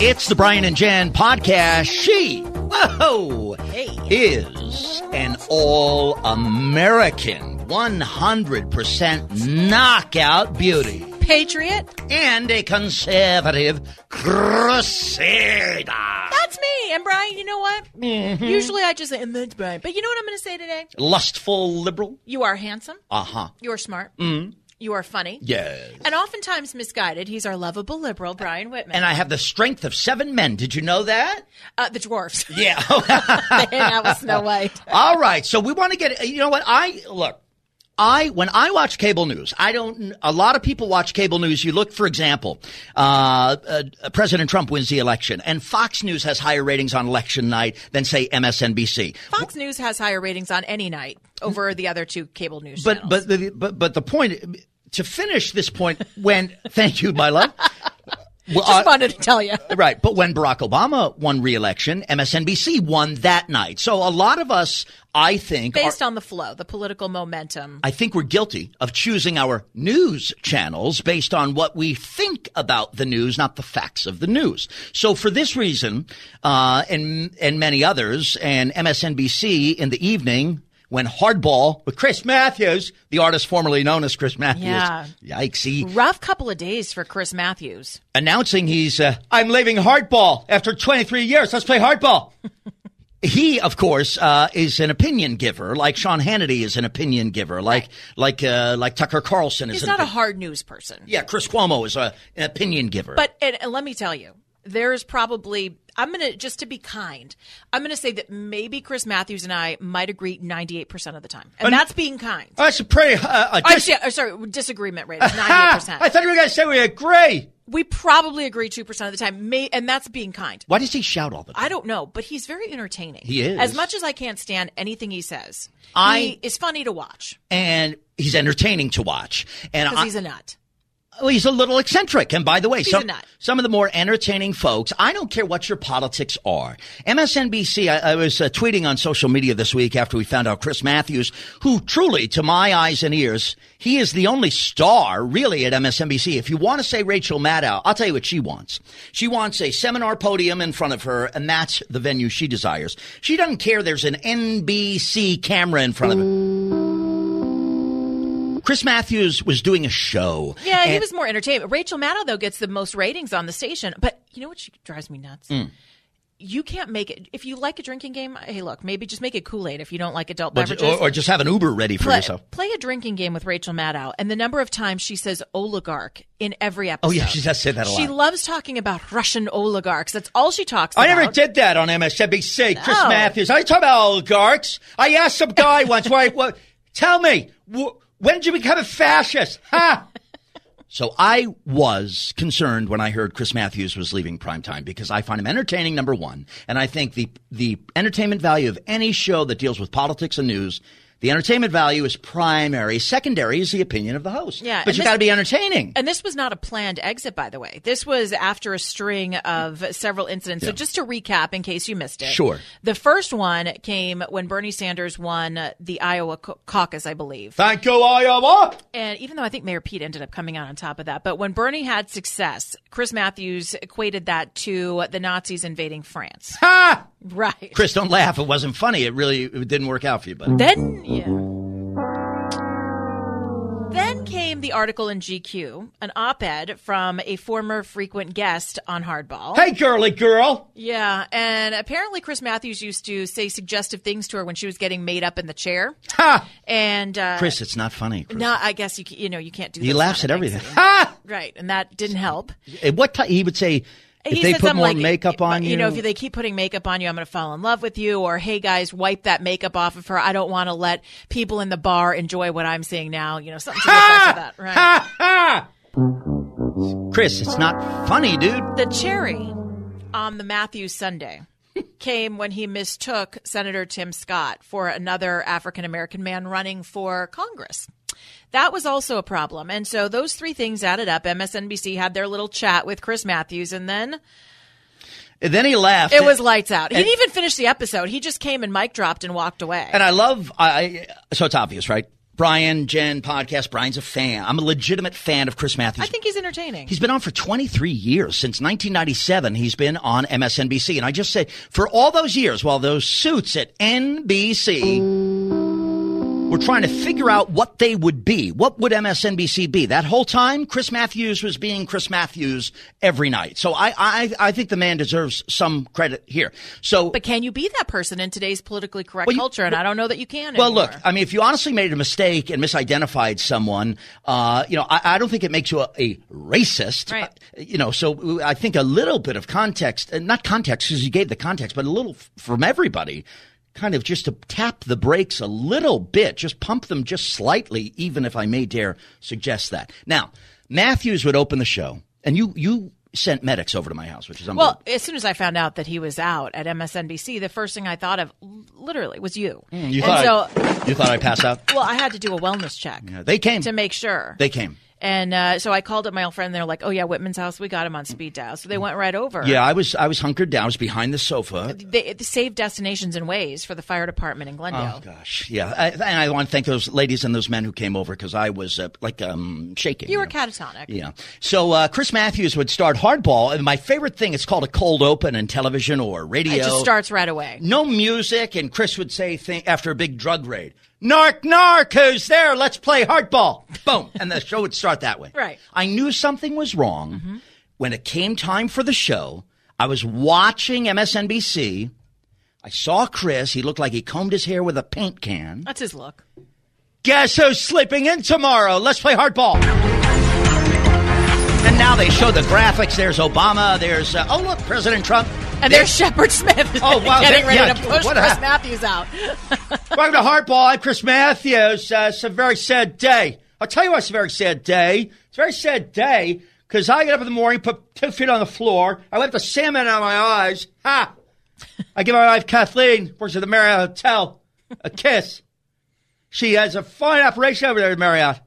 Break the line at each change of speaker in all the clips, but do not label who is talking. It's the Brian and Jan podcast. She, whoa, is an all American, 100% knockout beauty
Patriot?
and a conservative crusader.
That's me. And Brian, you know what?
Mm-hmm.
Usually I just say, and that's Brian. But you know what I'm going to say today?
Lustful liberal.
You are handsome.
Uh huh.
You are smart. Mm. You are funny.
Mm-hmm. Yes.
And oftentimes misguided. He's our lovable liberal, Brian Whitman.
And I have the strength of seven men. Did you know that? Oh,
uh, the dwarfs.
Yeah.
they hang out with Snow White.
All right. So we want to get, you know what? I, look, I, when I watch cable news, I don't, a lot of people watch cable news. You look, for example, uh, uh, President Trump wins the election and Fox News has higher ratings on election night than say MSNBC.
Fox News has higher ratings on any night over the other two cable news
But,
channels.
but, the, but, but the point, to finish this point, when, thank you, my love. Well,
Just
uh,
wanted to tell you.
Right. But when Barack Obama won re-election, MSNBC won that night. So a lot of us, I think, are,
Based on the flow, the political momentum.
I think we're guilty of choosing our news channels based on what we think about the news, not the facts of the news. So for this reason, uh, and, and many others, and MSNBC in the evening, when Hardball with Chris Matthews, the artist formerly known as Chris Matthews,
Yeah.
yikes, he
Rough couple of days for Chris Matthews.
announcing he's uh, I'm leaving hardball after 23 years. Let's play hardball. he, of course, uh, is an opinion giver, like Sean Hannity is an opinion giver, like like uh, like Tucker Carlson is.
He's
an
not a
opinion-
hard news person.
yeah, Chris Cuomo is a, an opinion giver.
But and, and let me tell you, there's probably I'm gonna just to be kind. I'm gonna say that maybe Chris Matthews and I might agree 98 percent of the time, and that's being kind.
Oh, that's a pretty. Uh, a
I'm
dis-
si- uh, sorry, disagreement rate is 98
I
percent.
thought you were going to say we agree.
We probably agree two percent of the time, may, and that's being kind.
Why does he shout all the time?
I don't know, but he's very entertaining.
He is.
As much as I can't stand anything he says,
I-
he is funny to watch
and he's entertaining to watch. And
because
I,
he's a nut.
Well, he's a little eccentric. And by the way,
a
some,
nut.
some of the more entertaining folks, I don't care what your politics are. MSNBC, I, I was uh, tweeting on social media this week after we found out Chris Matthews, who truly, to my eyes and ears, he is the only star really at MSNBC. If you want to say Rachel Maddow, I'll tell you what she wants. She wants a seminar podium in front of her, and that's the venue she desires. She doesn't care there's an NBC camera in front of her. Chris Matthews was doing a show.
Yeah, he
and-
was more entertainment. Rachel Maddow though gets the most ratings on the station, but you know what she drives me nuts?
Mm.
You can't make it if you like a drinking game. Hey, look, maybe just make it Kool Aid if you don't like adult
Or, ju-
beverages.
or, or just have an Uber ready for
play,
yourself.
play a drinking game with Rachel Maddow, and the number of times she says oligarch in every episode.
Oh yeah, she does say that a
She
lot.
loves talking about Russian oligarchs. That's all she talks
I
about.
never did that on MSNBC. Chris
No.
Matthews. I talk about oligarchs. I asked some guy once, "Why? What? Tell me, wh- when did you become a fascist?" Ha! so I was concerned when I heard Chris Matthews was leaving primetime because I find him entertaining. Number one, and I think the the entertainment value of any show that deals with politics and news. The entertainment value is primary. Secondary is the opinion of the host.
Yeah,
but
and
you
this-
got to be entertaining.
And this was not a planned exit, by the way. This was after a string of several incidents. So, just to recap, in case you missed it,
Sure.
The first one came when Bernie Sanders won uh, the Iowa cau- caucus, I believe.
Thank you, Iowa.
And even though I think Mayor Pete ended up coming out on top of that, but when Bernie had success, Chris Matthews equated that to the Nazis invading France.
Ha!
Right.
Chris, don't laugh. It wasn't funny. It really it didn't work out for you, buddy.
Then, yeah. Then came the article in GQ, an op ed from a former frequent guest on Hardball.
Hey, girly girl.
Yeah, and apparently Chris Matthews used to say suggestive things to her when she was getting made up in the chair.
Ha!
And uh,
Chris, it's not funny. Chris.
no, I guess you c- you know you can't do.
he
those
laughs at
kind of things
everything. Ha!
anymore. Right, and that didn't help.
At what time? He would say, if
He
they
said
put
something
more
like,
makeup on you.
you know, if they keep putting makeup on you, I'm going to fall in love with you. Or hey, guys, wipe that makeup off of her. I don't want to let people in the bar enjoy what I'm seeing now. You know, something to the effect
ha!
of that. Right.
Ha! Ha! Chris, it's not funny, dude.
The cherry on the Matthews Sunday came when he mistook Senator Tim Scott for another African American man running for Congress. That was also a problem. And so those three things added up. MSNBC had their little chat with Chris Matthews, and then
And then he laughed.
it was lights out. He
and-
didn't even finish the episode. He just came and mic dropped and walked away.
And I love. I so it's obvious, right? Brian, Jen, podcast. Brian's a fan. I'm a legitimate fan of Chris Matthews.
I think he's entertaining.
He's been on for 23 years. Since 1997, he's been on MSNBC. And I just said, for all those years, while those suits at NBC were trying to figure out what they would be, what would MSNBC be? That whole time, Chris Matthews was being Chris Matthews every night. So I, I, I think the man deserves some credit here. So
but can you be that person in today's politically correct
Well, you-
culture? And I don't know that you can.
Well,
anymore.
look, I mean, if you honestly made a mistake and misidentified someone, uh, you know, I, I don't think it makes you a, a racist.
Right.
Uh, you know, so I think a little bit of context, and not context because you gave the context, but a little f- from everybody, kind of just to tap the brakes a little bit, just pump them just slightly, even if I may dare suggest that. Now, Matthews would open the show, and you, you, Sent medics over to my house, which is unbelievable.
Well, as soon as I found out that he was out at MSNBC, the first thing I thought of, l- literally, was you.
you
and
thought
so,
I, you thought I pass out?
well, I had to do a wellness check
Yeah, they came.
to make sure.
They came.
and uh, so I called up my old friend. They're like, "Oh yeah, Whitman's house. We got him on speed dial." So they went right over.
Yeah, I was I was hunkered down. I was behind the sofa.
they, they saved destinations and ways for the fire department in Glendale.
Oh gosh, yeah. I, and I want to thank those ladies and those men who came over because I was uh, like um, shaking.
You were
know.
catatonic.
Yeah. So uh, Chris Matthews would start hardball, and my favorite thing it's called a cold open in television or radio.
It just starts right away.
no music, and Chris would say thing, after a big drug raid, "Narc, narc, who's there? Let's play hardball." Boom, and the show would start that way.
Right. Mm-hmm.
I knew something was wrong when it came time for the show. I was watching MSNBC. I saw Chris. He looked like he combed his hair with a paint can.
That's his look.
Guess who's sleeping in tomorrow? Let's play hardball. And now they show the graphics. There's Obama. There's uh, oh look, President Trump.
And there's Shepard Smith
Oh, wow,
getting
that-
ready
yeah,
to push
what
Chris
happened?
Matthews out.
Welcome to Hardball. I'm Chris Matthews. Uh, it's a very sad day. I'll tell you why it's a very sad day. It's a very sad day because I get up in the morning, put two feet on the floor. I wipe the salmon out of my eyes. Ha! I give my wife Kathleen, works at the Marriott Hotel, a kiss. She has a fine operation over there at Marriott.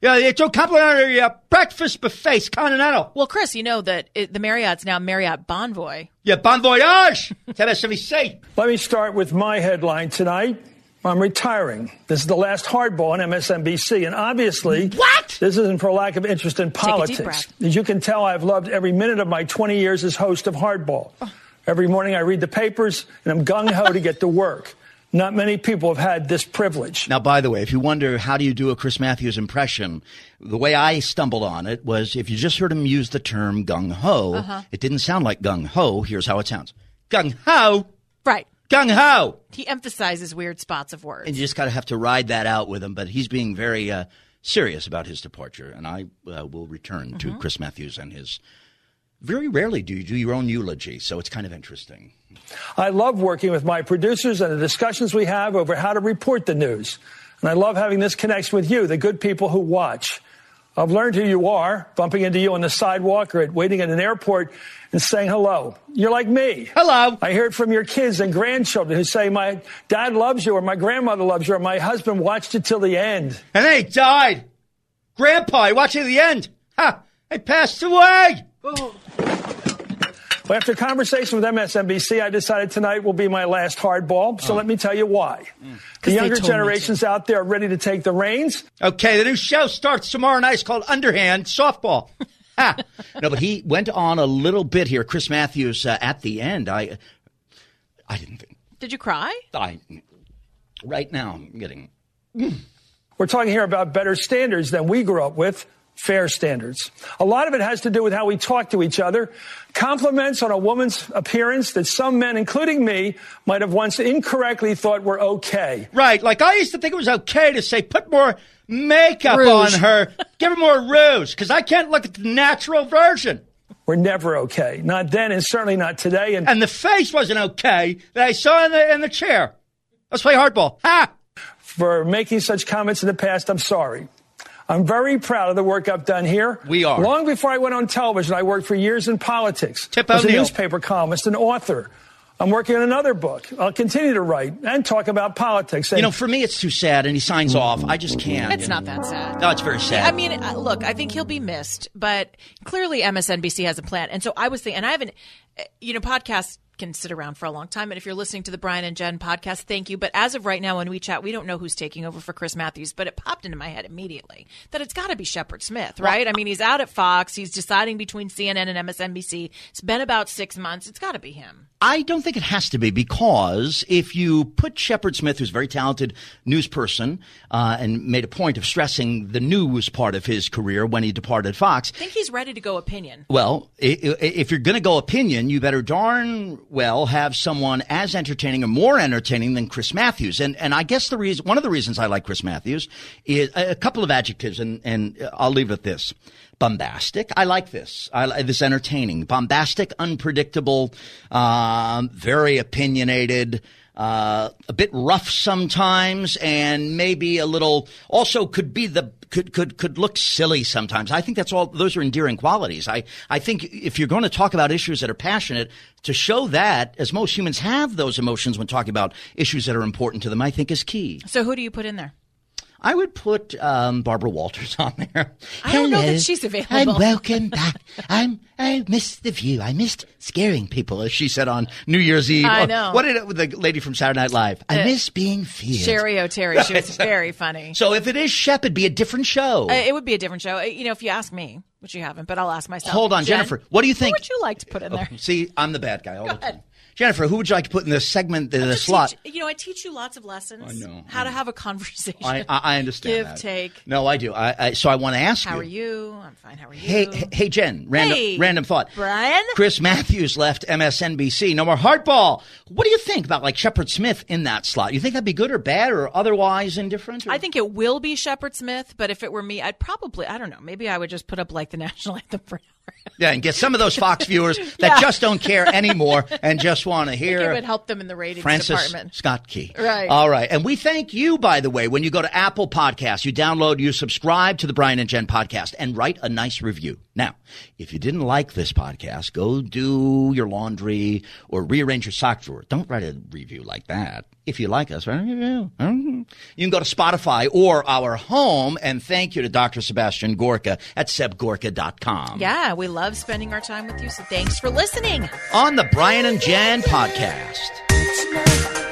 Yeah, it's a complimentary uh, breakfast buffet, it's continental.
well, Chris, you know that it, the Marriott's now Marriott Bonvoy.
Yeah, bon voyage. It's MSNBC.
Let me start with my headline tonight. I'm retiring. This is the last hardball on MSNBC, and obviously,
What?
This isn't for lack of interest in
deep
politics.
breath.
As you can tell, I've loved every minute of my 20 years as host of Hardball.
Oh.
Every morning, I read the papers, and I'm gung ho to get to work. Not many people have had this privilege.
Now, by the way, if you wonder how do you do a Chris Matthews impression, the way I stumbled on it was if you just heard him use the term gung ho, it didn't sound like gung ho. Here's how it sounds gung ho,
Right.
gung ho.
He emphasizes weird spots of words.
And you just got to have to ride that out with him. But he's being very uh, serious about his departure. And I uh, will return to Chris Matthews and his. Very rarely do you do your own eulogy, so it's kind of interesting.
I love working with my producers and the discussions we have over how to report the news. And I love having this connection with you, the good people who watch. I've learned who you are, bumping into you on the sidewalk or at waiting at an airport and saying hello. You're like me.
Hello.
I hear it from your kids and grandchildren who say, My dad loves you, or my grandmother loves you, or my husband watched it till the end.
And then he died. Grandpa, you watch it at the end. Ha! He passed away.
Well, after conversation with MSNBC, I decided tonight will be my last hardball.
Oh.
So let me tell you why. The
Mm. told
younger
me to.
generations out there are ready to take the reins.
Okay, the new show starts tomorrow night. It's called Underhand Softball. Ha. no, but he went on a little bit here. Chris Matthews uh, at the end. I, I didn't think.
Did you cry?
I, right now I'm getting.
We're talking here about better standards than we grew up with, fair standards. A lot of it has to do with how we talk to each other. Compliments on a woman's appearance that some men, including me, might have once incorrectly thought were okay.
Right, like I used to think it was okay to say, put more makeup
Rouge.
on her, give her more rouge, because I can't look at the natural version.
Were never okay. Not then and certainly not today. And
And the face wasn't okay that I saw in the in the chair. Let's play hardball. Ha!
for making such comments in the past, I'm sorry. I'm very proud of the work I've done here.
We are.
Long before I went on television, I worked for years in politics.
Tip
was a
O'Neill.
newspaper columnist and author. I'm working on another book. I'll continue to write and talk about politics. And
You know, for me it's too sad, and he signs off. I just can't.
It's not that sad.
No, it's very sad.
I mean, uh, look, I think he'll be missed, but clearly MSNBC has a plan. And so I was thinking, and I haven't, uh, you know, podcasts can sit around for a long time. And if you're listening to the Brian and Jen podcast, thank you. But as of right now on WeChat, we don't know who's taking over for Chris Matthews, but it popped into my head immediately that it's got to be Shepard Smith, right? I mean, he's out at Fox. He's deciding between CNN and MSNBC. It's been about six months. It's got to be him.
I don't think it has to be because if you put Shepard Smith, who's a very talented news person, uh, and made a point of stressing the news part of his career when he departed Fox,
I think he's ready to go opinion.
well, i- i- if you're going to go opinion, you better darn well have someone as entertaining or more entertaining than Chris Matthews. And and I guess the reason, one of the reasons I like Chris Matthews is a, a couple of adjectives, and and I'll leave it at this: bombastic. I like this. I like this entertaining, bombastic, unpredictable, um, very opinionated. Uh, a bit rough sometimes, and maybe a little. Also, could be the could could could look silly sometimes. I think that's all. Those are endearing qualities. I I think if you're going to talk about issues that are passionate, to show that as most humans have those emotions when talking about issues that are important to them, I think is key.
So who do you put in there?
I would put um, Barbara Walters on there.
I don't know that she's available.
And welcome back. I'm I missed the view. I missed scaring people, as she said on New Year's Eve.
I
Oh,
know. Uh,
What did it, the lady from Saturday Night Live? I miss being feared.
Sherry O'Terry. She was very funny.
So if it is Shep, it'd be a different show.
Uh, It would be a different show. Uh, You know, if you ask me, which you haven't, but I'll ask myself.
Hold on,
Jen,
Jennifer. What do you think?
Who would you like to put in there?
See, I'm the bad guy all the
ahead.
time. Jennifer, who would you like to put in this segment, in this
Just
slot?
teach- you know, I teach you lots of lessons.
I know,
How
I
to
know.
have a conversation.
I, I, I understand.
Give,
that.
take.
No, I do. I, I so I want to ask
How
you.
are you? I'm fine. How are you?
Hey, hey, hey, Jen. Random,
Hey,
random thought.
Brian?
Chris Matthews left MSNBC. No more hardball. What do you think about like Shepard Smith in that slot? You think that'd be good or bad or otherwise indifferent? Or?
I think it will be Shepard Smith, but if it were me, I'd probably, I don't know, maybe I would just put up like the national anthem for an hour.
yeah, and get some of those Fox viewers that
Yeah.
just don't care anymore and just want to
It
hear
would help them in the ratings
Francis
department.
Scott Key.
Right.
All right. And we thank you, by the way, when you go to Apple Podcasts, you download, you subscribe to the Brian and Jen podcast and write a nice review. Now, if you didn't like this podcast, go do your laundry or rearrange your sock drawer. Don't write a review like that. If you like us, write a review. You can go to Spotify or our home and thank you to Dr. Sebastian Gorka at sebgorka.com.
Yeah, we love spending our time with you, so thanks for listening.
On the Brian and Jen podcast.
Tonight.